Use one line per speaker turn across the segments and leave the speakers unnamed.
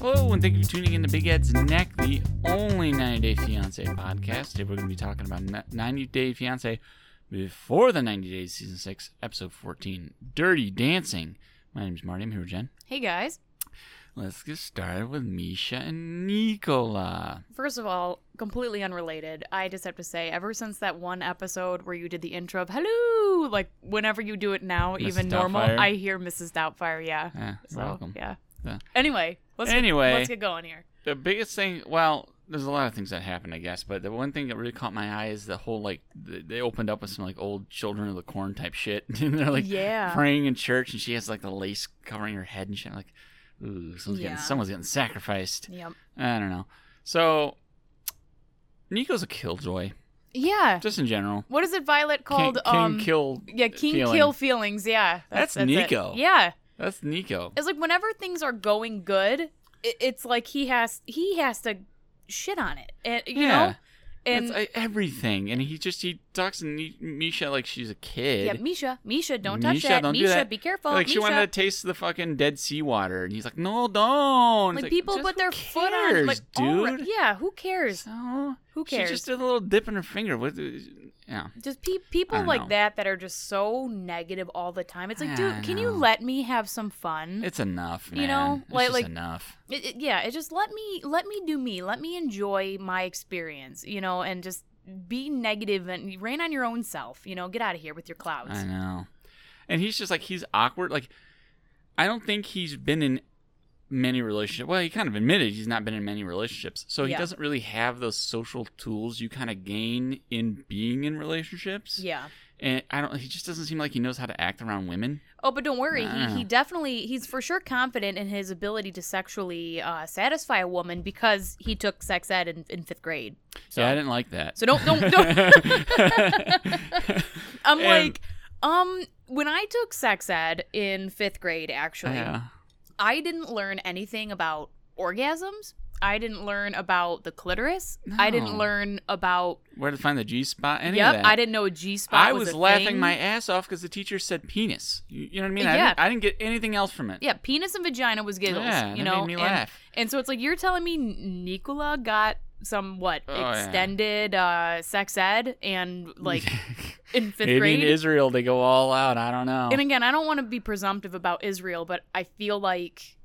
Hello, and thank you for tuning in to Big Ed's Neck, the only 90 Day Fiance podcast. Today we're going to be talking about n- 90 Day Fiance before the 90 Days, Season 6, Episode 14, Dirty Dancing. My name's Marty. I'm here with Jen.
Hey guys.
Let's get started with Misha and Nicola.
First of all, completely unrelated. I just have to say, ever since that one episode where you did the intro of "Hello," like whenever you do it now,
Mrs.
even normal,
Doubtfire?
I hear Mrs. Doubtfire. Yeah.
Eh, you're
So
welcome.
yeah.
Yeah.
Anyway, let's
Anyway.
get, let's get going here.
The biggest thing, well, there's a lot of things that happened, I guess, but the one thing that really caught my eye is the whole like th- they opened up with some like old Children of the Corn type shit, and they're like
Yeah.
praying in church, and she has like the lace covering her head and shit. I'm like, ooh, someone's
Yeah.
getting someone's getting sacrificed.
Yep.
I don't know. So Nico's a killjoy,
Yeah.
just in general.
What is it? Violet
King,
called?
King
um,
kill.
yeah, King
feeling.
Kill feelings. Yeah.
That's
it.
Nico.
Yeah.
That's Nico.
It's like whenever things are going good, it, it's like he has he has to shit on it, and you
yeah,
know, and
That's, uh, everything, and he just he talks to Ni- Misha like she's a kid.
Yeah, Misha, Misha, don't touch
Misha,
that.
don't do
Misha,
that.
be careful.
like
Misha.
she wanted to taste the fucking dead sea water, and he's like, "No, don't." It's
like, people
just
put
who
their foot on it.
cares,
Like, all right-
dude.
yeah, who cares?
So
Who
she
cares?
just did a little dip in her finger. With yeah,
Just pe-
I
people
don't
like
know.
that that are just so negative all the time. It's like,
Yeah, I
dude, can you
know.
let me have some fun?
it's enough, man.
Mm-hmm. You know,
It's
like-
just
like-
enough.
It- it- yeah, it just let me let me do me. Let me enjoy my experience, you know, and just be negative and rain on your own self. You know, get out of here with your clouds.
I know. And he's just like he's awkward. Like I don't think he's been in many relationships. Well, he kind of admitted he's not been in many relationships, so he
Yeah.
doesn't really have those social tools you kind of gain in being in relationships.
Yeah.
And I don't. He just doesn't seem like he knows how to act around women.
Oh, but don't worry.
Nah.
He, he definitely he's for sure confident in his ability to sexually uh, satisfy a woman because he took sex ed in, in fifth grade. So
yeah, I didn't like that.
so don't don't don't. I'm
And-
like, um, when I took sex ed in fifth grade, actually,
yeah.
I didn't learn anything about orgasms. I didn't learn about the clitoris. I
No.
didn't learn about.
Where to find the G spot? Any
yep,
of that?
I didn't know a G spot.
I was, laughing
thing.
my ass off because the teacher said penis. You, you know what I mean? I,
Yeah.
didn't, I didn't get anything else from it.
Yeah, penis and vagina was giggles.
Yeah,
you
that
know,
made me
and-
laugh.
And so it's like you're telling me Nicola got some what
Oh, yeah.
extended uh, sex ed and like in fifth
Maybe
grade.
in Israel they go all out. I don't know.
and again, I don't want to be presumptive about Israel, but I feel like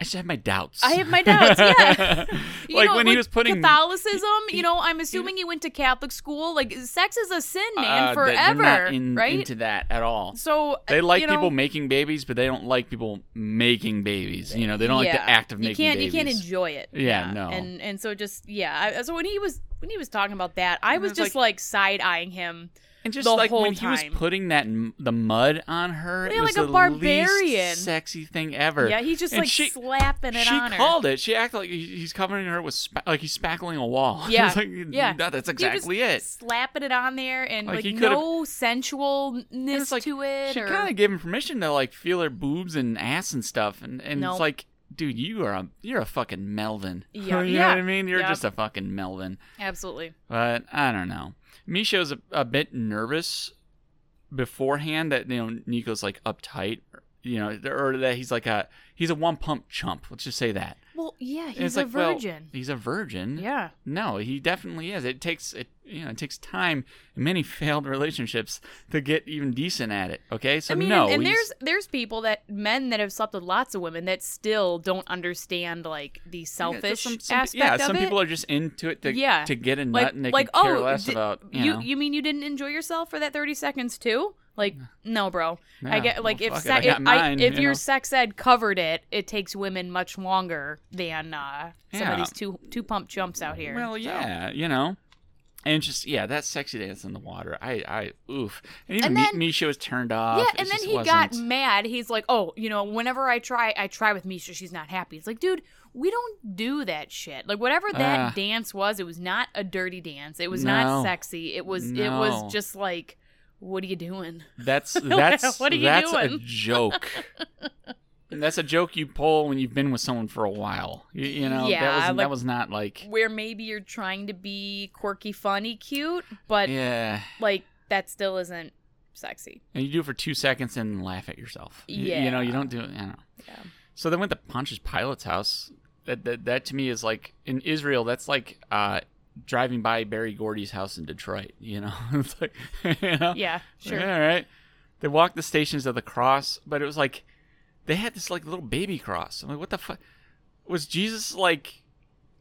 I just have my doubts.
I have my doubts. Yeah. You
like
know,
when he was putting
Catholicism, you know, I'm assuming he went to Catholic school. Like sex is a sin, man,
uh, that they're
forever,
not in-
right?
into that at all.
so
They like
you know,
people making babies, but they don't like people making babies. You know, they don't like
Yeah.
the act of
you
making
can't
babies.
you can't enjoy it.
Yeah, no.
And and so just yeah, I, so when he was when he was talking about that, I
And
was
it's
just like, side eyeing him.
And just
the
like when
whole
he was
time.
putting that m- the mud on her, it
Yeah,
was
like a
the
barbarian.
least sexy thing ever.
Yeah, he's just
And
like
she-
slapping it
she
on
called it. She acted like he- he's covering her with spa- like he's spackling a wall.
Yeah.
It's like,
Yeah.
that- that's
her. You're just
exactly it.
Slapping it on there and
Like,
like,
he could've-
no
And
sensualness
it's like,
to it.
She
or...
kind of gave him permission to like feel her boobs and ass and stuff, and and it's
Nope.
like, dude, you are a you're a fucking Melvin.
Yeah.
you know
Yeah.
what I mean. You're
Yep.
just a fucking Melvin.
Absolutely.
But I don't know. Misha's a, a bit nervous beforehand that you know Nico's like uptight, you know, or that he's like a he's a one pump chump. Let's just say that.
Well, yeah,
And it's
he's a
like, well,
virgin.
he's a virgin.
yeah.
No, he definitely is. It takes it you know it takes time and many failed relationships to get even decent at it. Okay, so
I mean,
no,
and, and
he's-
there's there's people that men that have slept with lots of women that still don't understand like the
yeah, just
selfish
some- some-
aspect
Yeah,
of
some
it.
people are just into it to
Yeah.
to get a nut
like
and they
like
can care
oh,
less
di-
about you, know.
you mean you didn't enjoy yourself for that 30 seconds too? Like no, bro.
Yeah,
I get like
well,
if
fuck it,
se-
I got
if,
mine,
if
you
your
know.
sex ed covered it, it takes women much longer than uh, some
Yeah.
of these two two pump jumps out here.
Well,
So-
yeah, you know. And it's just yeah, that sexy dance in the water. I I oof. And even
And
Mi-
then-
Misha was turned off.
Yeah,
It
and then
just
he
wasn't-
got mad. He's like, "Oh, you know, whenever I try, I try with Misha. She's not happy." It's like, dude, we don't do that shit. Like, whatever that
Ah.
dance was, it was not a dirty dance. It was
No.
not sexy. It was. It
No.
was just like, what are you doing?
That's that's
What are you
that's a
doing?
joke. And that's a joke you pull when you've been with someone for a while. You, you know, that
Yeah,
was that
like-
was not like
Where maybe you're trying to be quirky, funny, cute, but
yeah.
like that still isn't sexy.
And you do it for two seconds and laugh at yourself. You- You, know, you don't do it. I don't know.
Yeah.
So they went to Pontius Pilate's house. that, that that to me is like in Israel. That's like uh, driving by Barry Gordy's house in Detroit. You know, it's like you know?
Yeah,
Like,
sure.
all right. They walked the stations of the cross, but it was like they had this like little baby cross. I'm like, what the fuck? Was Jesus like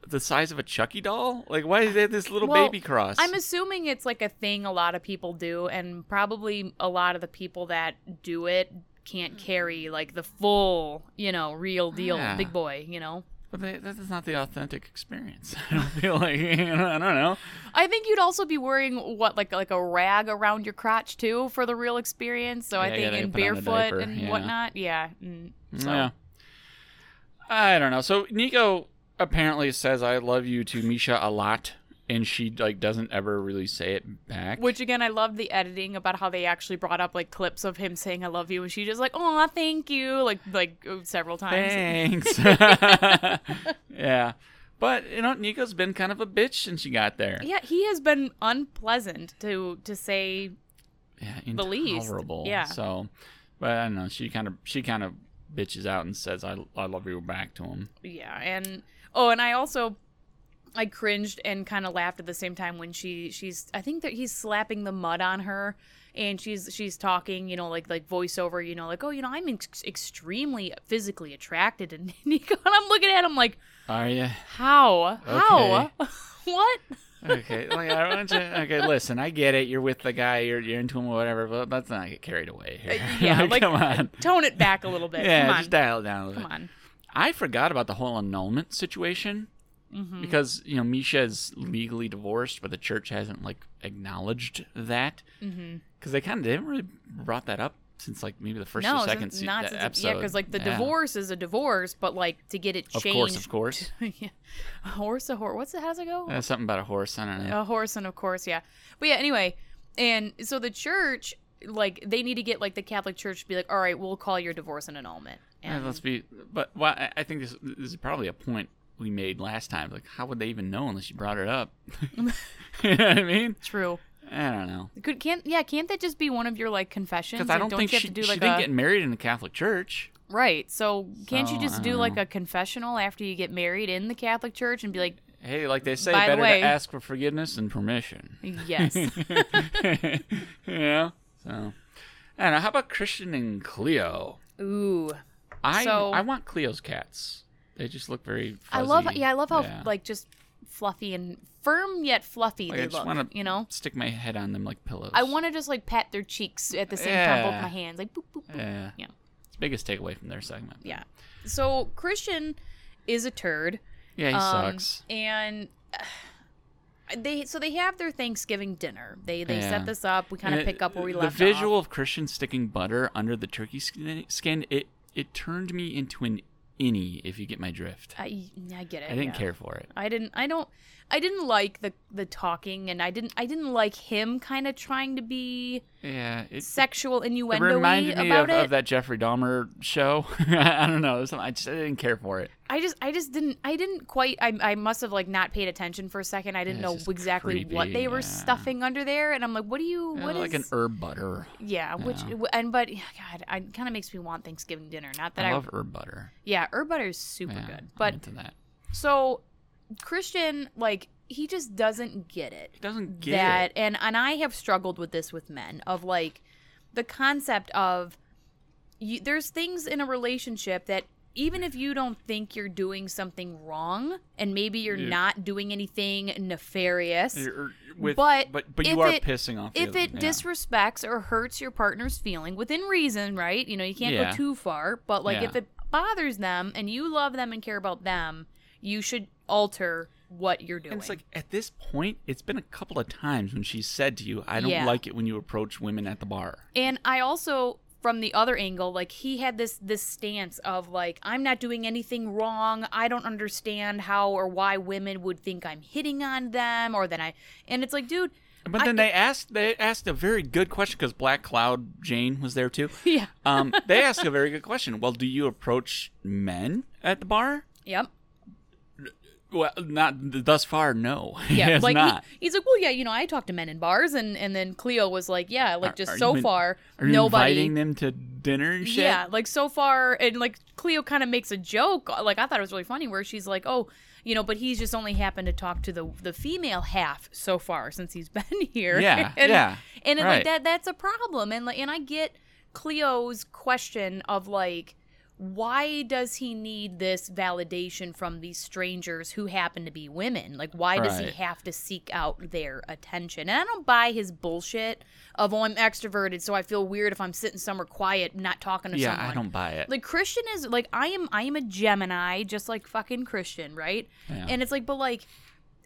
the size of a Chucky doll? Like, why did they have this little
Well,
baby cross?
I'm assuming it's like a thing a lot of people do, and probably a lot of the people that do it can't carry like the full, you know, real deal
Mm-hmm. Yeah.
big boy, you know?
but they, that is not the authentic experience. I don't feel like you know, I don't know.
I think you'd also be wearing what like like a rag around your crotch too for the real experience. So I
Yeah, you
think
gotta
in
put on a diaper,
barefoot and
yeah.
whatnot, yeah. Mm, so.
Yeah. I don't know. So Nico apparently says "I love you" to Misha a lot, and she like doesn't ever really say it back.
Which again, I love the editing about how they actually brought up like clips of him saying "I love you" and she just like "Oh, thank you," like like uh, several times.
Thanks. yeah. But you know, Nico's been kind of a bitch since she got there.
Yeah, he has been unpleasant to to say.
Yeah,
the least.
intolerable.
Yeah.
So, but I don't know. She kind of she kind of bitches out and says, "I I love you" back to him.
Yeah, and oh, and I also I cringed and kind of laughed at the same time when she she's I think that he's slapping the mud on her and she's she's talking, you know, like like voiceover, you know, like oh, you know, I'm ex- extremely physically attracted to Nico, and I'm looking at him like
Are you
how how what
okay? Like I want you. Okay, listen. I get it. You're with the guy. You're you're into him or whatever. But let's not get carried away here.
Uh, yeah, like-
come on.
tone it back a little bit.
Yeah,
Come on.
just dial it down a little.
Come
bit.
on.
I forgot about the whole annulment situation
Mm-hmm.
because you know Misha is legally divorced, but the church hasn't like acknowledged that
Mm-hmm.
because they kind of didn't really brought that up since like maybe the first or
no,
second
since-
se-
not
that
since
episode.
yeah, because like the
Yeah.
divorce is a divorce, but like to get it
Of
changed.
course, of course.
yeah. A horse, a horse. What's the, how does it go?
Uh, something about a horse. I don't know.
a horse and of course yeah but yeah anyway and so the church like they need to get like the catholic church to be like all right we'll call your divorce an annulment
Yeah,
and
let's be. But well, I, I think this, this is probably a point we made last time. Like, how would they even know unless you brought it up? you know what I mean?
true
I don't know.
could can't yeah can't that just be one of your like confessions
Because I
Like,
don't, think
you have
she,
to do
she
like
didn't
a
get married in the Catholic Church.
right so can't you
So, I
just do
don't
like
know.
a confessional after you get married in the catholic church and be like
Hey, like they say,
By the
better
way-
to ask for forgiveness than permission.
yes
yeah. So, and how about Christian and Cleo?
ooh
I
So-
I want Cleo's cats. They just look very.
i
Fuzzy.
love yeah i love how
Yeah.
like just fluffy and firm yet fluffy
Like, I
they
just
look
wanna
you know
stick my head on them like pillows.
i want to just like pat their cheeks at the same time
Yeah.
both my hands like boop boop boop
Yeah.
Yeah.
It's the biggest takeaway from their segment.
yeah. So Christian is a turd.
Yeah, he
um,
sucks.
And uh, they so they have their Thanksgiving dinner. They they
Yeah.
set this up. We kind of
And
pick up where we
the
left
The visual
off.
of Christian sticking butter under the turkey skin, skin it it turned me into an innie. If you get my drift, I,
I I get it.
didn't
yeah.
care for it.
I didn't. I don't. I didn't like the the talking, and I didn't. I didn't like him kind of trying to be
Yeah, it,
sexual
it
innuendo
reminded me
about
of,
it.
of that Jeffrey Dahmer show. I don't know. it was something- I just I didn't care for it.
I just. I just didn't. I didn't quite. I. I must have like not paid attention for a second. I didn't
Yeah,
know
it's just
exactly what
creepy,
they were
yeah.
stuffing under there, and I'm like, what do you?
Yeah,
What is
like an herb butter.
Yeah, which
Yeah.
w and but yeah, God, I- it kind of makes me want Thanksgiving dinner. Not that
I,
I,
love herb butter.
yeah, herb butter is super
Yeah,
good.
I'm
But
into that.
so Christian, like, he just doesn't get it.
He doesn't get
that
it.
and and I have struggled with this with men of like the concept of you, there's things in a relationship that even if you don't think you're doing something wrong and maybe you're
Yeah.
not doing anything nefarious,
You're- with-
but
but but
if
you are
it-
pissing off.
if
the-
it
yeah.
disrespects or hurts your partner's feeling within reason right you know you can't
Yeah.
go too far but like
Yeah.
if it bothers them and you love them and care about them you should alter what you're doing
And it's like at this point, it's been a couple of times when she said to you, "I don't
Yeah.
like it when you approach women at the bar."
and i also from the other angle like he had this this stance of like i'm not doing anything wrong i don't understand how or why women would think i'm hitting on them or that i and it's like dude
But
I-
then they asked they asked a very good question because Black Cloud Jane was there too.
yeah
Um, they asked a very good question. Well, do you approach men at the bar?
yep
Well, not thus far. No,
Yeah,
it's
like he-
not.
he's like, well, yeah, you know, I talk to men in bars, and and then Cleo was like, yeah, like
Are-
just
are
so
you in-
far,
Are you
nobody.
inviting them to dinner shit.
Yeah, like so far, and like Cleo kind of makes a joke. Like I thought it was really funny, where she's like, "Oh, you know," but he's just only happened to talk to the the female half so far since he's been here.
Yeah,
and,
yeah,
and it,
right.
like that that's a problem. And like, and I get Cleo's question of like, why does he need this validation from these strangers who happen to be women? Like, why does he
Right.
have to seek out their attention? And I don't buy his bullshit of oh, I'm extroverted, so I feel weird if I'm sitting somewhere quiet, not talking to
yeah.
someone.
I don't buy it.
Like Christian is like I am I am a Gemini just like fucking Christian, right?
Yeah.
And it's like but like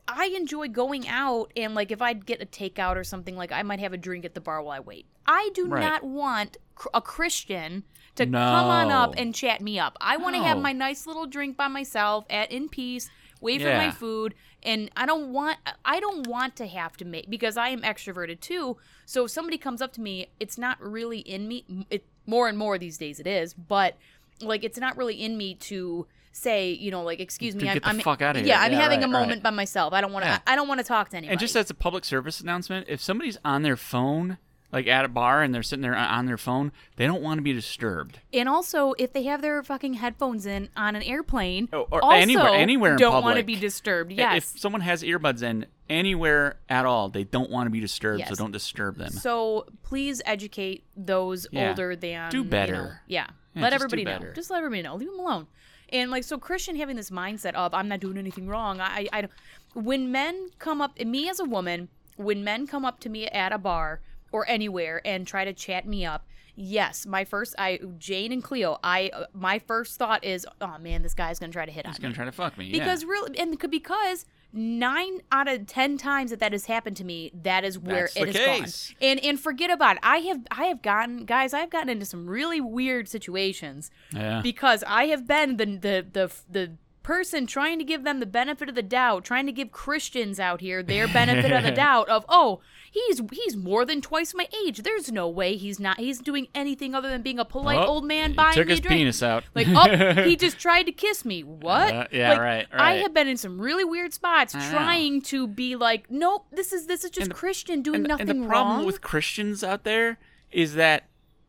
I enjoy going out and like if I'd get a takeout or something like I might have a drink at the bar while I wait. I do
Right.
not want cr- a Christian to come on up
No.
and chat me up. I want to have
No.
my nice little drink by myself at in peace, wait for
Yeah.
my food, and I don't want I don't want to have to make because I am extroverted too. So if somebody comes up to me, it's not really in me. It more and more these days it is, but like it's not really in me to say you know like excuse me
To
I'm,
get the
I'm
fuck outta here.
yeah I'm
Yeah,
having
right,
a
right.
moment by myself I don't want to
Yeah.
I, I don't want to talk to anybody
And just as a public service announcement, if somebody's on their phone, like at a bar, and they're sitting there on on their phone, they don't want to be disturbed.
And also, if they have their fucking headphones in on an airplane,
Oh, or
also
anywhere- anywhere in
don't want to
public.
be disturbed.
I-
Yes.
If someone has earbuds in anywhere at all, they don't want to be disturbed, so
Yes.
don't disturb them.
so please educate those
Yeah.
older than
Do
you know,
better.
yeah.
Yeah,
let
just do
everybody know.
better.
Just let everybody know. Leave them alone. And like so, Christian having this mindset of I'm not doing anything wrong. I I, I don't. when men come up me as a woman, when men come up to me at a bar or anywhere and try to chat me up. Yes, my first I Jane and Cleo. I uh, my first thought is, oh man, this guy's gonna try to hit on
He's
me
gonna try to fuck me.
because really and c- because nine out of ten times that that has happened to me that is where
That's
it
the
is
case.
gone and and forget about it i have i have gotten guys i've gotten into some really weird situations
yeah, yeah.
because i have been the the the the person trying to give them the benefit of the doubt trying to give christians out here their benefit of the doubt of oh he's he's more than twice my age there's no way he's not he's doing anything other than being a polite
Oh,
old man
he
buying
took
me
his
a drink
penis out.
like, oh, he just tried to kiss me. What?
Uh, yeah,
Like,
right,
I
right.
have been in some really weird spots
I know.
trying to be like, nope, this is this is just
And the-
Christian doing
and,
nothing
and the problem
wrong.
with Christians out there is that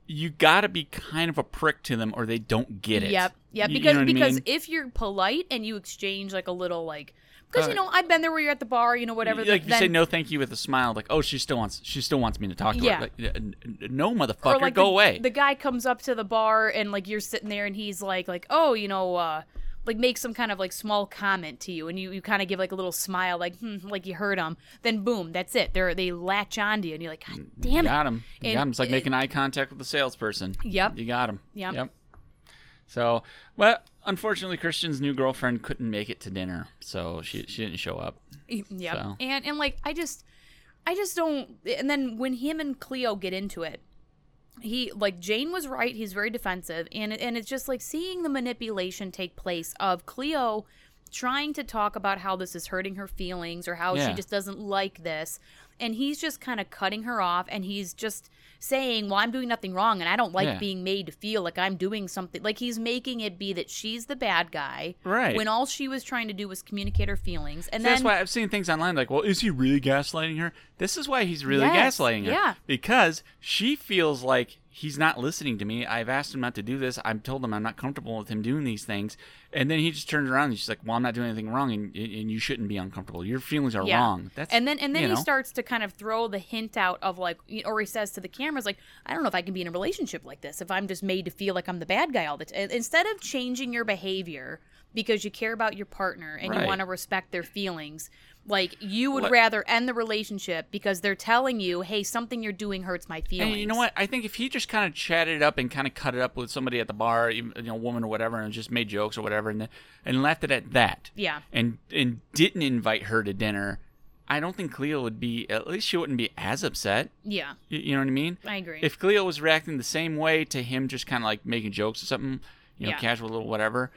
you gotta be kind of a prick to them, or they don't get it.
Yep, yep.
You- you
Because
know what I
because
mean?
if you're polite and you exchange like a little like, because
Uh,
you know I've been there where you're at the bar, you know whatever.
like you
then,
say no thank you with a smile, like oh she still wants she still wants me to talk to
Yeah.
her. Like, n- n- no
or
motherfucker,
like
go
the,
away.
The guy comes up to the bar and like you're sitting there and he's like like oh you know uh like make some kind of like small comment to you and you, you kind of give like a little smile like hmm, like you heard him then boom that's it they are they latch onto you and you're like god
you
damn it
got him. You got
And-
him. It's like making eye contact with the salesperson.
Yep.
You got him.
Yep.
Yep. So, well, unfortunately, Christian's new girlfriend couldn't make it to dinner, so she she didn't show up.
Yep.
So.
And and like I just I just don't and then when him and Cleo get into it, he like Jane was right, he's very defensive and it- and it's just like seeing the manipulation take place of Cleo trying to talk about how this is hurting her feelings or how
Yeah.
she just doesn't like this and he's just kind of cutting her off and he's just saying well i'm doing nothing wrong and i don't like
Yeah.
being made to feel like i'm doing something like he's making it be that she's the bad guy
Right.
when all she was trying to do was communicate her feelings and
So
then
that's why I've seen things online like, well, is he really gaslighting her? This is why he's really
Yes,
gaslighting her.
yeah.
Because she feels like he's not listening to me. I've asked him not to do this. I've told him I'm not comfortable with him doing these things. And then he just turns around and she's like, well, I'm not doing anything wrong and, and you shouldn't be uncomfortable. Your feelings are
Yeah.
wrong. That's
and then and then
you
he
know.
starts to kind of throw the hint out of like, you- or he says to the cameras like, I don't know if I can be in a relationship like this if I'm just made to feel like I'm the bad guy all the time. Instead of changing your behavior because you care about your partner and
Right.
you want to respect their feelings, like you would
What-
rather end the relationship because they're telling you, hey, something you're doing hurts my feelings.
And you know what? I think if he just kind of chatted it up and kind of cut it up with somebody at the bar, even- you know, woman or whatever, and just made jokes or whatever, and and left it at that,
Yeah.
and and didn't invite her to dinner, I don't think Cleo would be. At least she wouldn't be as upset.
Yeah,
You, you know what I mean?
I agree.
If Cleo was reacting the same way to him, just kind of like making jokes or something, you know,
Yeah.
casual little whatever,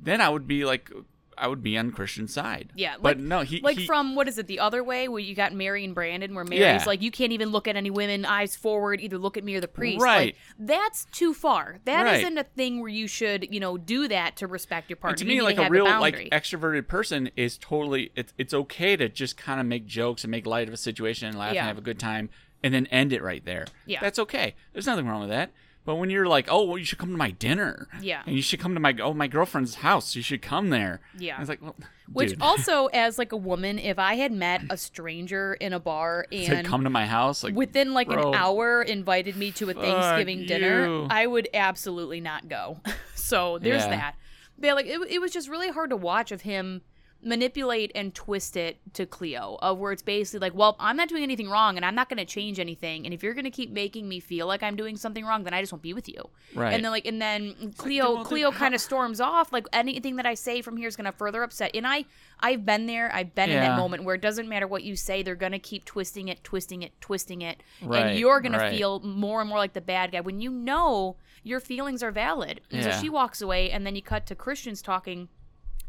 then I would be like, I would be on Christian's side.
Yeah,
but
like-
no, he
like
he-
from what is it the other way where you got Mary and Brandon where Mary's
Yeah.
like you can't even look at any women eyes forward either look at me or the priest
Right.
like, that's too far That
Right.
not a thing where you should you know do that to respect your partner
And to
You
me,
need
like
have
a real like
boundary.
extroverted person is totally it's it's okay to just kind of make jokes and make light of a situation and laugh
Yeah.
and have a good time and then end it right there.
Yeah.
that's okay. There's nothing wrong with that. But when you're like, oh, well, you should come to my dinner.
Yeah.
And you should come to my oh my girlfriend's house. You should come there.
Yeah.
I was like, well,
Which
dude,
also, as like a woman, if I had met a stranger in a bar
to
and
come to my house, like,
within like
bro.
an hour invited me to a
Fuck
Thanksgiving dinner,
you.
I would absolutely not go. so there's
Yeah.
that. But like it, it was just really hard to watch of him manipulate and twist it to Cleo of where it's basically like, well, I'm not doing anything wrong and I'm not going to change anything. And if you're going to keep making me feel like I'm doing something wrong, then I just won't be with you.
right?
And then like and then Cleo
well, then
Cleo
how-
kind of storms off like anything that I say from here is going to further upset. And I I've been there. I've been in
Yeah.
that moment where it doesn't matter what you say, they're going to keep twisting it, twisting it, twisting it.
Right,
and you're going
right.
to feel more and more like the bad guy when you know your feelings are valid. And
Yeah.
so she walks away and then you cut to Christians talking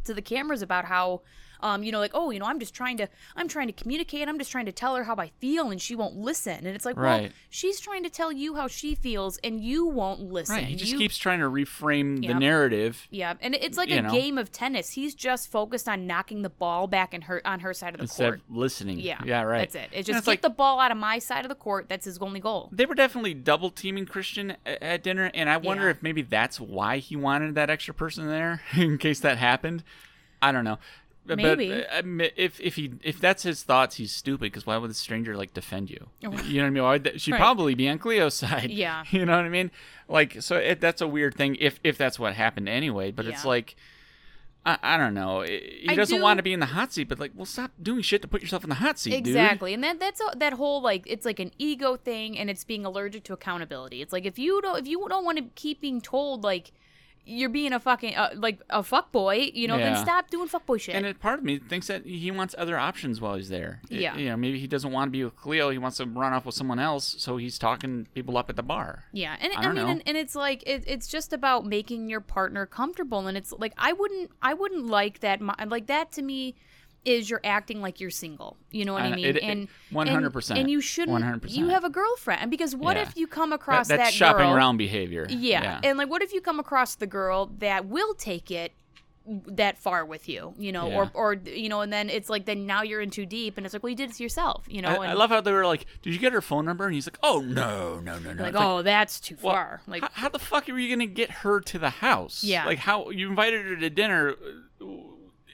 to the cameras about how um, you know like oh you know i'm just trying to i'm trying to communicate i'm just trying to tell her how i feel and she won't listen and it's like well
Right.
she's trying to tell you how she feels and you won't listen
right. He just
You-
keeps trying to reframe the
Yep.
narrative.
yeah and it's like
you
a
know.
game of tennis he's just focused on knocking the ball back in her on her side of the
Instead
court
of listening,
yeah
yeah, right.
that's it it's
And
just
it's
get
like-
the ball out of my side of the court that's his only goal
They were definitely double teaming Christian a- at dinner, and I wonder
Yeah.
if maybe that's why he wanted that extra person there in case that happened. I don't know. But-
Maybe.
But uh, I mean, if if he if that's his thoughts, he's stupid. Because why would the stranger like defend you? You know what I mean? Why would that- she'd
Right.
probably be on Cleo's side.
Yeah.
You know what I mean? Like so it, that's a weird thing. If if that's what happened anyway, but it's
Yeah.
like. I, I don't know. He
I
doesn't
do-
want to be in the hot seat, but like, well, stop doing shit to put yourself in the hot seat, dude.
Exactly. And that that's a, that whole like it's like an ego thing and it's being allergic to accountability. It's like if you don't if you don't want to keep being told like you're being a fucking uh, like a fuck boy, you know,
Yeah.
then stop doing fuck boy shit.
And it, part of me thinks that he wants other options while he's there. Y-
Yeah.
You know, maybe he doesn't want to be with Cleo. He wants to run off with someone else. So he's talking people up at the bar.
yeah, and
I
I,
don't
mean,
know.
and, and it's like it, it's just about making your partner comfortable, and it's like I wouldn't, I wouldn't like that. My, like that to me is you're acting like you're single. You know what I,
I know.
mean?
It- it-
and and-
100%.
And you shouldn't.
100%.
You have a girlfriend, and because what
Yeah.
if you come
That,
across
that's
that
shopping
girl,
around behavior.
Yeah. And like, what if you come across the girl that will take it that far with you, you know,
Yeah.
or, or, you know, and then it's like, then now you're in too deep and it's like, well, you did it to yourself, you know?
I,
and
I love how they were like, "Did you get her phone number?" And he's like, "Oh no, no, no, no."
like,
It's like,
oh, that's too
well,
far. Like,
how, how the fuck were you gonna get her to the house?
Yeah.
Like, how you invited her to dinner? uh,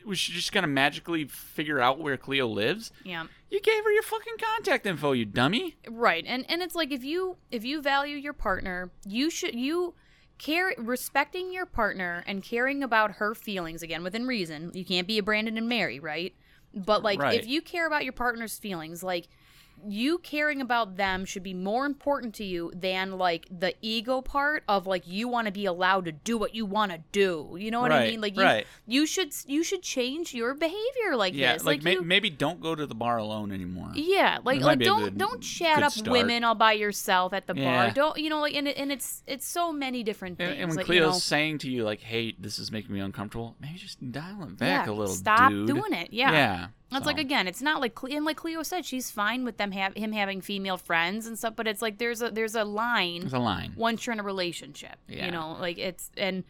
Was she just gonna magically figure out where Cleo lives?
yeah.
You gave her your fucking contact info, you dummy.
Right. And, and it's like, if you, if you value your partner, you should, you care, respecting your partner and caring about her feelings again, within reason, you can't be a Brandon and Mary, right? But like,
Right.
if you care about your partner's feelings, like, you caring about them should be more important to you than like the ego part of like you want to be allowed to do what you want to do. You know what I
Right,
mean? Like you,
right.
you should you should change your behavior like
Yeah.
this.
Like, may-
you,
maybe don't go to the bar alone anymore.
yeah, like
It might
like
be a
don't
good-
don't chat
good
up
start.
women all by yourself at the
Yeah.
bar. Don't you know like and it, and it's it's so many different things.
And, and when
like,
Cleo's
you know,
saying to you like, "Hey, this is making me uncomfortable," maybe just dial it back
yeah,
a little.
Stop
dude.
doing it.
Yeah,
Yeah. That's like
so.
again, it's not like Cle- and like Cleo said, she's fine with them have him having female friends and stuff, but it's like there's a there's a line
It's a line.
once you're in a relationship.
Yeah.
You know, like it's and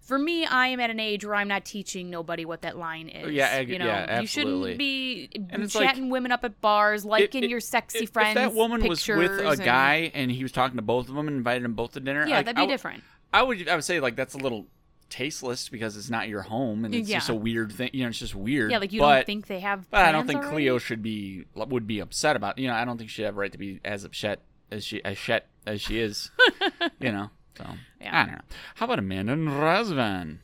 for me, I am at an age where I'm not teaching nobody what that line is.
Oh, Yeah, I-
you know,
yeah,
you
absolutely.
shouldn't be
And it's
chatting women up at bars, liking
it-
your sexy
If-
friends.
If that woman was
pictures
with a
and-
guy and he was talking to both of them and invited them both to dinner,
yeah,
like,
that'd
I
be
w-
different.
I would, I would say like that's a little tasteless because it's not your home and it's
Yeah.
just a weird thing. You know, it's just weird.
Yeah, like you
but,
don't think they have.
But I don't
plans
think
already?
Cleo should be would be upset about. You know, I don't think she would have a right to be as upset as she as shet as she is. you know, so
Yeah.
I don't know. How about Amanda and Razvan?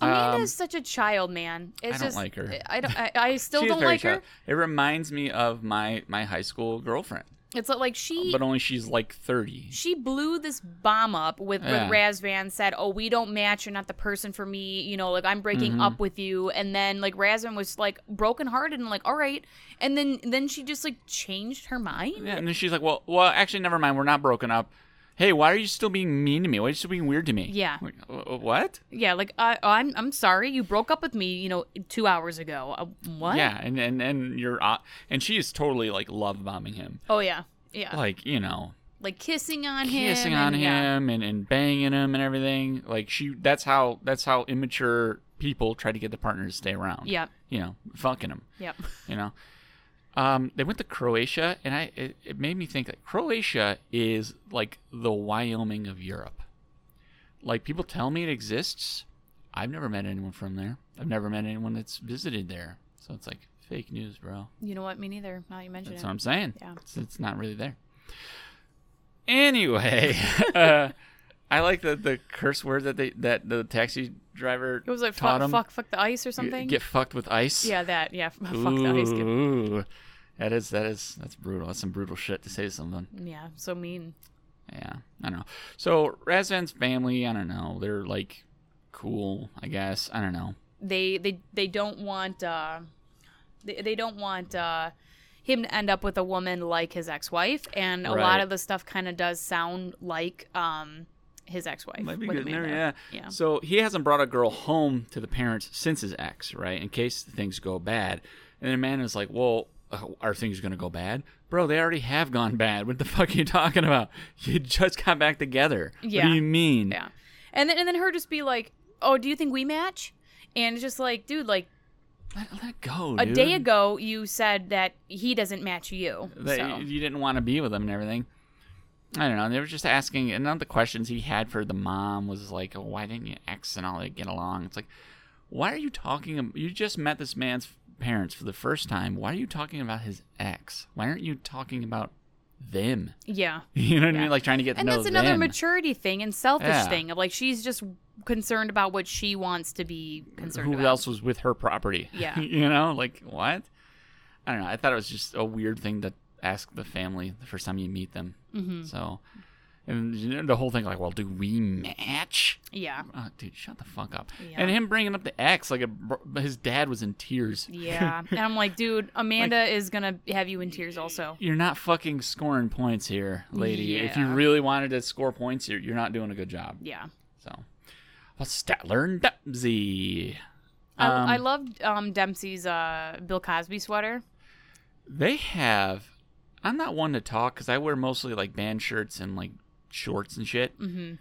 Amanda
Um,
is such a child, man. It's
I don't
just,
like her.
I don't. I, I still
She's
don't
very
like her.
shy. It reminds me of my my high school girlfriend,
It's like, like she
but only she's like thirty.
she blew this bomb up with,
Yeah.
with Razvan said, "Oh, we don't match. You're not the person for me. You know, like I'm breaking
Mm-hmm.
up with you." And then like Razvan was like brokenhearted and like, "All right." And then then she just like changed her mind.
Yeah, and then she's like, "Well, well, actually, never mind. We're not broken up. Hey, why are you still being mean to me? Why are you still being weird to me?
Yeah.
Like, "Wh- wh- what?
Yeah, like I, I'm I'm sorry you broke up with me. You know, two hours ago. Uh, what?
Yeah, and and and you're uh, and she is totally like love bombing him,
Oh yeah. Yeah. Like,
like you know,
kissing on him.
kissing on
and-
him
yeah.
and and banging him and everything. Like she, that's how that's how immature people try to get the partners to stay around.
Yep.
You know, fucking him.
Yep.
You know, Um, they went to Croatia, and I it, it made me think that Croatia is like the Wyoming of Europe. Like people tell me it exists. I've never met anyone from there. I've never met anyone that's visited there. So it's like fake news, bro.
You know what? Me neither. Now you mention
That's
it.
what I'm saying.
Yeah.
It's, it's not really there. Anyway, uh, I like the, the curse word that they that the taxi driver
It was like
taught
fuck,
him.
fuck, fuck the ice or something.
Get fucked with ice.
yeah, that. Yeah, fuck the ice. Get,
Ooh, that is that is that's brutal. That's some brutal shit to say to someone.
yeah, so mean.
Yeah, I don't know. So Razvan's family, I don't know. They're like cool, I guess. I don't know.
They they they don't want uh, they, they don't want uh, him to end up with a woman like his ex-wife, and a lot
Right.
of the stuff kind of does sound like um his ex-wife.
Might be
with
good in there,
Amanda.
yeah.
Yeah.
So he hasn't brought a girl home to the parents since his ex, right? In case things go bad. And Amanda's like, well, uh, are things going to go bad? Bro, they already have gone bad. What the fuck are you talking about? You just got back together. What
Yeah.
do you mean?
Yeah. And then and then her just be like, "Oh, do you think we match?" And it's just like, dude, like
Let, let go,
a
dude.
day ago you said that he doesn't match you.
that
so.
you didn't want to be with him and everything. I don't know. They were just asking, and none of the questions he had for the mom was like, oh, "Why didn't your ex and all that get along?" It's like, why are you talking? ab- You just met this man's f- parents for the first time. Why are you talking about his ex? Why aren't you talking about them?
yeah.
You know what I
Yeah.
mean? Like trying to get to
And
know
that's another
them.
maturity thing and selfish
Yeah.
thing of like she's just concerned about what she wants to be concerned
Who
about.
else was with her property?
Yeah.
you know, like what? I don't know. I thought it was just a weird thing to ask the family the first time you meet them.
hmm
So, and you know, the whole thing, like, well, do we match?
Yeah.
Oh, dude, shut the fuck up.
Yeah.
And him bringing up the ex, like, it br- his dad was in tears.
Yeah. and I'm like, dude, Amanda is gonna have you in tears also.
You're not fucking scoring points here, lady. If you
Yeah.
really wanted to score points here, you're not doing a good job.
Yeah.
So, well, Statler and Dubsy. Um,
I, I loved um, Dempsey's uh, Bill Cosby sweater.
They have. I'm not one to talk because I wear mostly like band shirts and like shorts and shit.
hmm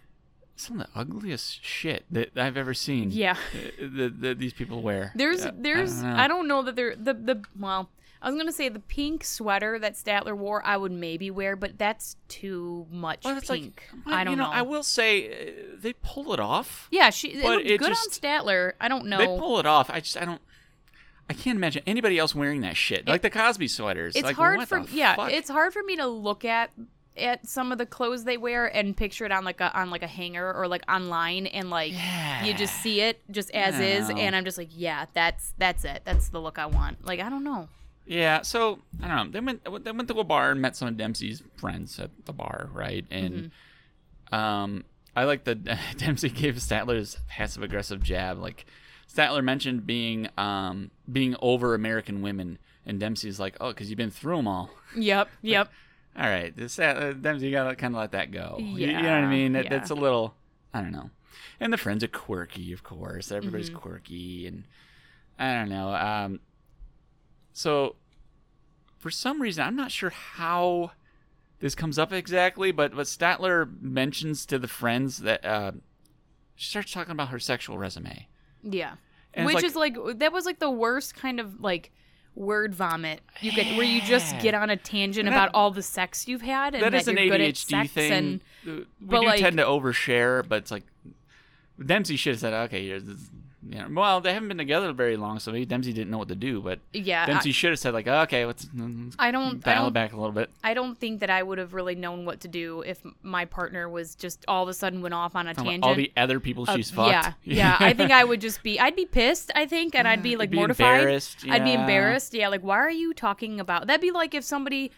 Some of the ugliest shit that I've ever seen.
Yeah.
the, the, these people wear.
There's
Uh,
there's
I
I
don't
don't,
know.
know that there the the well I was gonna say the pink sweater that Statler wore I would maybe wear but that's too much
Well, it's like,
pink
Well,
I don't
you know,
know,
I will say uh, they pull it off.
yeah she it
but
looked
it
good
just-
on Statler I don't know
They pull it off. I just I don't. I can't imagine anybody else wearing that shit. like the Cosby sweaters.
it's
like,
hard
what
for
the
yeah
fuck?
it's hard for me to look at at some of the clothes they wear and picture it on like a on like a hanger or like online and like
yeah.
you just see it just as is
No.
and I'm just like yeah that's that's it that's the look I want like I don't know
Yeah. So I don't know. They went. They went to a bar and met some of Dempsey's friends at the bar, right? And um, I like the Dempsey gave Statler's passive aggressive jab. Like Statler mentioned being um being over American women, and Dempsey's like, oh, because you've been through them all.
yep yep
All right, this, uh, Dems, you gotta kind of let that go. You- You, know what I
Yeah,
mean? That,
yeah.
That's a little, I don't know. And the friends are quirky, of course. Everybody's
Mm-hmm.
quirky, and I don't know. Um, so, for some reason, I'm not sure how this comes up exactly, but but Statler mentions to the friends that uh, she starts talking about her sexual resume,
yeah
And it's
Which
like-
is like that was like the worst kind of like word vomit you get where you just get on a tangent
And that-
about all the sex you've had and
that is an
you're good at
ADHD
sex
thing.
and
Uh, we
but,
do
like-
tend to overshare, but it's like Dempsey should have said, "Okay, you're, this, you know, well, they haven't been together very long, so maybe Dempsey didn't know what to do." But
yeah
Dempsey should have said, "Like, oh, okay, let's, let's
I, I don't I
dial it
don't,
back a little bit."
I don't think that I would have really known what to do if my partner was just all of a sudden went off on a
Talking
tangent
about All the other people
of-
she's fucked.
yeah yeah I think I would just be I'd be pissed I think and I'd be
You'd
like
be
mortified
embarrassed,
I'd be
yeah.
embarrassed yeah like why are you talking about that'd be like if somebody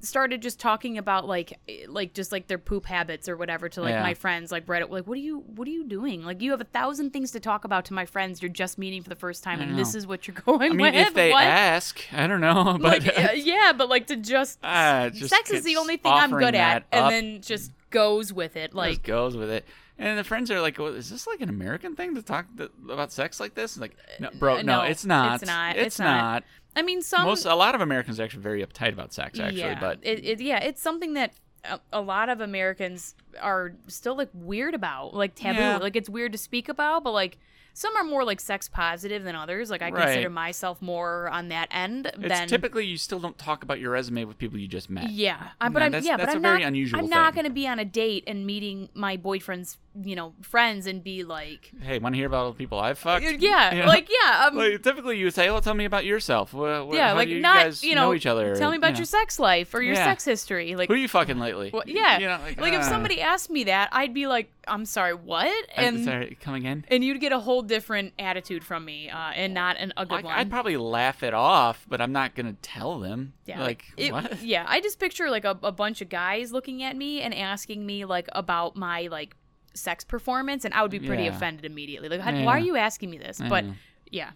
started just talking about like eh, like just like their poop habits or whatever to like
Yeah.
my friends like Reddit like what are you what are you doing like you have a thousand things to talk about to my friends you're just meeting for the first time
I
and
know.
this is what you're going
I mean,
with
if they
what
ask, I don't know, but uh,
like eh, yeah but like to just
Ah, just
sex is the
gets
only thing I'm
offering
good at
that up.
and then just goes with it
like
like
goes with it. And the friends are like, well, "Is this like an American thing to talk th- about sex like this?" And like, no, bro, no,
Uh, no,
it's not.
it's not,
It's,
it's
not.
not. I mean some
Most a lot of Americans are actually very uptight about sex, actually.
yeah.
But
it, it, yeah, it's something that a, a lot of Americans are still like weird about, like taboo.
Yeah.
Like it's weird to speak about, but like some are more like sex positive than others. Like I
Right.
consider myself more on that end
It's
than
typically you still don't talk about your resume with people you just met.
yeah, I,
No,
but I'm
that's-
yeah,
that's
but
a
I'm
very
not.
unusual
I'm not
thing.
going to be on a date and meeting my boyfriend's, you know, friends and be like,
Hey, want to hear about all the people I've fucked?
Uh, yeah,
You know?
like yeah, um,
Like, typically you would say, "Oh, tell me about yourself. Well, what,
yeah,
how
like
do you
not
guys
you know,
know each other.
Tell me about
Yeah.
your sex life or your
Yeah.
sex history, like
Who you fucking lately?
Well, yeah,
You know,
like, if
uh,
somebody asked me that, I'd be like, "I'm sorry, what?"
I-
And
sorry, come again.
and you'd get a whole different attitude from me, uh, and not an a good
Like,
one.
I'd probably laugh it off, but I'm not gonna tell them.
yeah,
like
it-
what?
Yeah, I just picture like a, a bunch of guys looking at me and asking me like about my like sex performance, and I would be pretty
Yeah.
offended immediately. Like, "How-
Yeah.
why are you asking me this? But
Yeah.
yeah.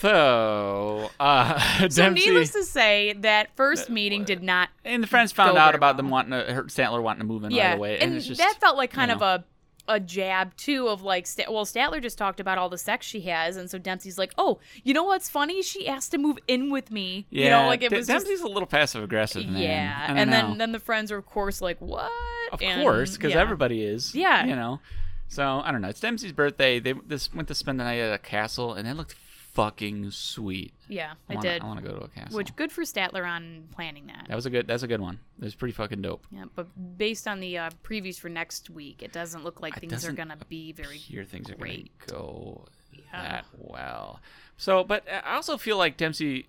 so, uh,
So,
Dempsey
needless to say, that first meeting did not
and the friends found
go
out
very
about
well.
them wanting to, her, Santler wanting to move in right away, and, it's just
that felt like kind
you
of a a jab too of like Sta- well Statler just talked about all the sex she has and so Dempsey's like oh you know what's funny she asked to move in with me
yeah.
you know like it
Dem-
was just-
Dempsey's a little passive aggressive, man. I
yeah
don't
and
know.
then then the friends are of course like what
Of
And,
course, because
yeah.
everybody is.
Yeah.
You know. So I don't know. It's Dempsey's birthday. They this went to spend the night at a castle, and it looked fucking sweet.
yeah
I
it
wanna-
did
I want to go to a castle.
which good for Statler on planning that
that was a good. That's a good one. It was pretty fucking dope.
yeah but based on the uh, previews for next week it doesn't look like
It
things are
doesn't
gonna be very
Here things are going
great
to go that well. So, but I also feel like Dempsey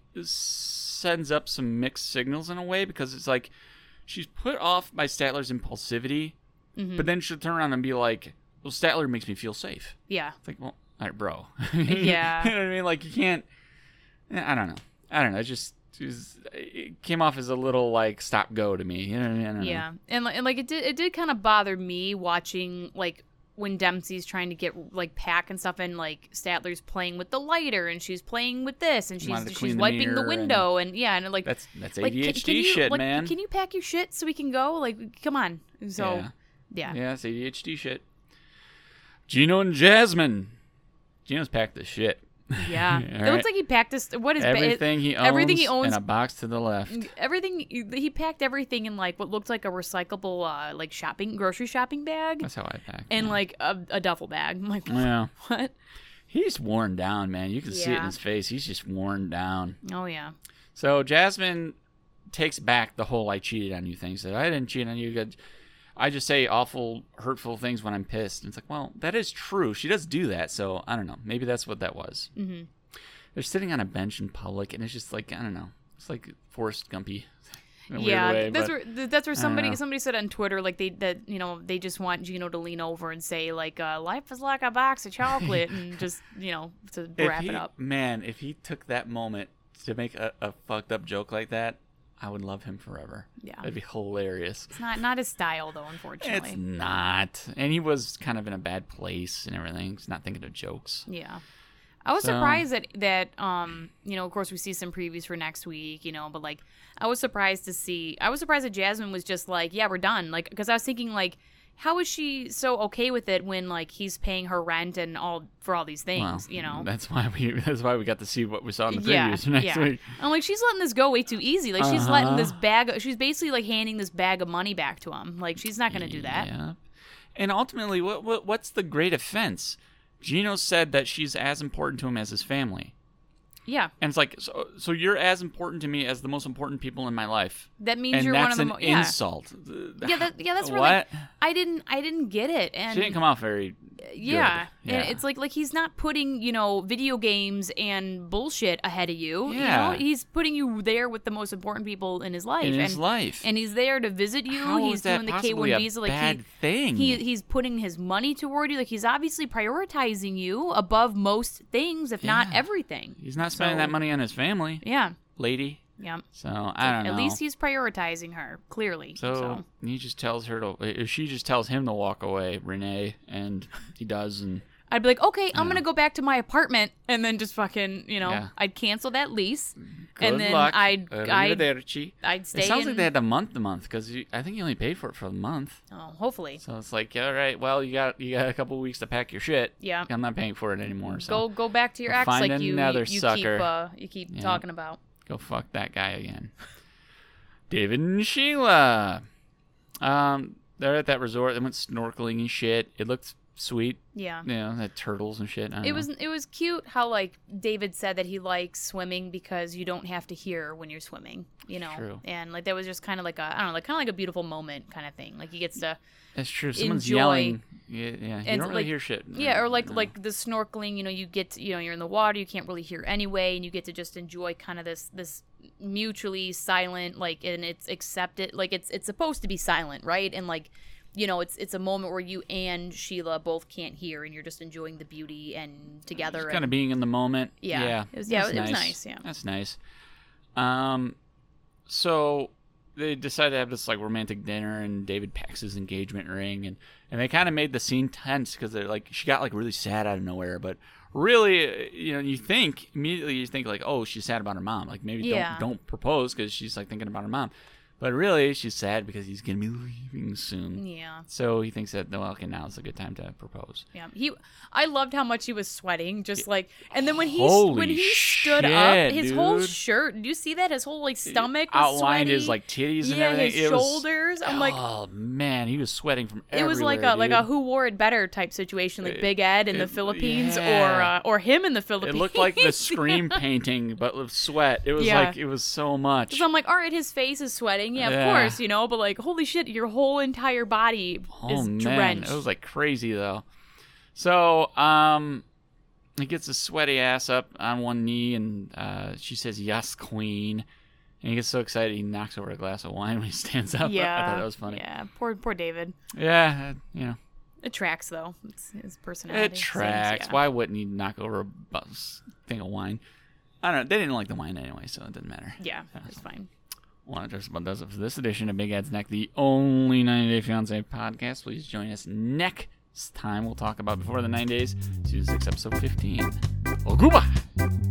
sends up some mixed signals in a way because it's like she's put off by Statler's impulsivity,
Mm-hmm.
but then she'll turn around and be like, "Well, Statler makes me feel safe."
yeah
It's like, well, all right, bro.
Yeah.
you know what I mean? Like, you can't. eh, I don't know. I don't know. It just, just it came off as a little like stop go to me. You know what I mean? I don't know.
Yeah, and li- and like it did it did kind of bother me watching like when Dempsey's trying to get like pack and stuff, and like Statler's playing with the lighter, and she's playing with this, and she's
Wanted to
she's
clean the
wiping the
mirror and-
window, and, yeah, and like
That's that's
like
ADHD
you,
shit,
like,
man.
Can you pack your shit so we can go? Like, come on. So
Yeah.
yeah,
Yeah, it's ADHD shit. Gino and Jasmine. Gino's packed the shit.
yeah.
All
it
right.
looks like he packed this. What is ba- it-
everything he owns.
everything he owns-
And a box to the left.
Everything he packed everything in like what looked like a recyclable uh, like shopping grocery shopping bag
That's how I pack.
and
man.
like a, a duffel bag. I'm like,
yeah,
what?
he's worn down, man. You can see it in
Yeah.
his face. He's just worn down.
Oh yeah.
So Jasmine takes back the whole "I cheated on you" thing. She Said I didn't cheat on you. good- I just say awful, hurtful things when I'm pissed. And it's like, well, that is true. She does do that. So I don't know. Maybe that's what that was.
hmm
They're sitting on a bench in public, and it's just like I don't know. It's like Forrest Gumpy. In a weird
yeah,
way,
that's
but-
where th- that's where somebody
know.
somebody said on Twitter like they that you know they just want Gino to lean over and say like uh, life is like a box of chocolate and just you know to
if
wrap
he-
it up.
Man, if he took that moment to make a, a fucked up joke like that, I would love him forever.
Yeah.
that'd be hilarious.
It's not not his style though,
It's
unfortunately.
not, and he was kind of in a bad place and everything. He's not thinking of jokes.
Yeah. I was
So-
surprised that that um you know of course we see some previews for next week you know but like I was surprised to see I was surprised that Jasmine was just like yeah we're done like because I was thinking like how is she so okay with it when like he's paying her rent and all for all these things
Well,
you know
That's why we. That's why we got to see what we saw in the previews next week.
I'm like, she's letting this go way too easy. Like she's letting
Uh-huh.
this bag. She's basically like handing this bag of money back to him. Like she's not gonna do that.
Yeah. And ultimately, what, what what's the great offense? Gino said that she's as important to him as his family,
Yeah,
and it's like, so so you're as important to me as the most important people in my life,
that means
and
you're
that's
one of the
an
mo- yeah.
insult.
Yeah, that, yeah, that's really.
what
I didn't, I didn't get it, and
she didn't come off very.
yeah,
good. Yeah.
and it's like, like he's not putting you know video games and bullshit ahead of you.
Yeah.
you know? he's putting you there with the most important people in his life,
in
and
his life.
and he's there to visit you.
How
he's
is that
doing the K
possibly
one
a
visa, like
bad
he,
thing?
He he's putting his money toward you. Like he's obviously prioritizing you above most things, if not
Yeah.
everything.
he's not spending
So-
that money on his family,
Yeah,
lady.
yeah.
So I don't
At
know.
least he's prioritizing her clearly.
So,
So,
he just tells her to, or she just tells him to walk away, Renee, and he does, and
I'd be like, okay, I'm gonna go back to my apartment, and then just fucking, you know,
Yeah.
I'd cancel that lease,
good
and then
luck.
I'd I'd,
Arrivederci.
I'd
It
stay.
sounds like
in-
they had to month to month because I think he only paid for it for the month.
Oh, hopefully,
So it's like, all right, well, you got you got a couple weeks to pack your shit.
yeah.
I'm not paying for it anymore. So
Go go back to your
I'll
ex
find
like you
another
you, you
sucker.
keep uh, you keep
Yeah.
talking about.
go fuck that guy again. David and Sheila. Um, they're at that resort. They went snorkeling and shit. It looked sweet.
Yeah.
You know, had turtles and shit. I don't
It
know.
was it was cute how like David said that he likes swimming because you don't have to hear when you're swimming, you know.
True.
And like that was just kind of like a I don't know, like kind of like a beautiful moment kind of thing. Like he gets to
That's true. Someone's
enjoy-
yelling. Yeah, yeah. You
And,
don't really
like-
hear shit.
yeah, or like
No.
like the snorkeling, you know, you get to, you know you're in the water, you can't really hear anyway, and you get to just enjoy kind of this this mutually silent like and it's accepted like it's it's supposed to be silent, right? And like you know, it's it's a moment where you and Sheila both can't hear, and you're just enjoying the beauty and together.
Just
and-
kind of being in the moment.
Yeah.
Yeah.
It was- yeah,
That's
it was nice, yeah.
That's nice. Um, so they decide to have this like romantic dinner, and David packs his engagement ring, and and they kind of made the scene tense because they're like she got like really sad out of nowhere, but really, uh, you know, you think immediately you think like oh she's sad about her mom, like maybe
Yeah.
don't don't propose because she's like thinking about her mom, but really she's sad because he's gonna be leaving soon.
yeah.
So he thinks that well, okay, now's a good time to propose.
Yeah, he. I loved how much he was sweating, just like, and then when he
Holy
when he stood up,
shit,
his whole
dude.
shirt. Do you see that? His whole like stomach was
Outlined
sweaty.
his like titties and
yeah,
everything.
his
It was-
shoulders. I'm like,
oh man, he was sweating from
it
everywhere.
was like a like a
dude.
who wore it better type situation, like
It-
Big Ed in the
it-
Philippines or
yeah.
uh, or him in the
It
Philippines.
looked like the scream painting, but with sweat. It was
Yeah.
like it was so much.
So I'm like, all right, his face is sweating. Yeah,
Yeah.
of course, you know, but like, holy shit, your whole entire body
oh
is
man,
drenched.
it was like crazy though. So um, he gets his sweaty ass up on one knee, and uh, she says, "Yes, queen." And he gets so excited he knocks over a glass of wine when he stands up.
yeah,
I thought that was funny.
Yeah, poor poor David.
Yeah, uh, you know,
It tracks though. It's his personality.
it
seems,
tracks.
yeah.
Why wouldn't he knock over a bus thing of wine? I don't know. They didn't like the wine anyway, so it doesn't matter.
Yeah, it's fine.
Well, that just about does it for this edition of Big Ed's Neck, the only 90 Day Fiance podcast. Please join us next time. We'll talk about Before the 90 Days, Season 6, Episode 15. Oguba!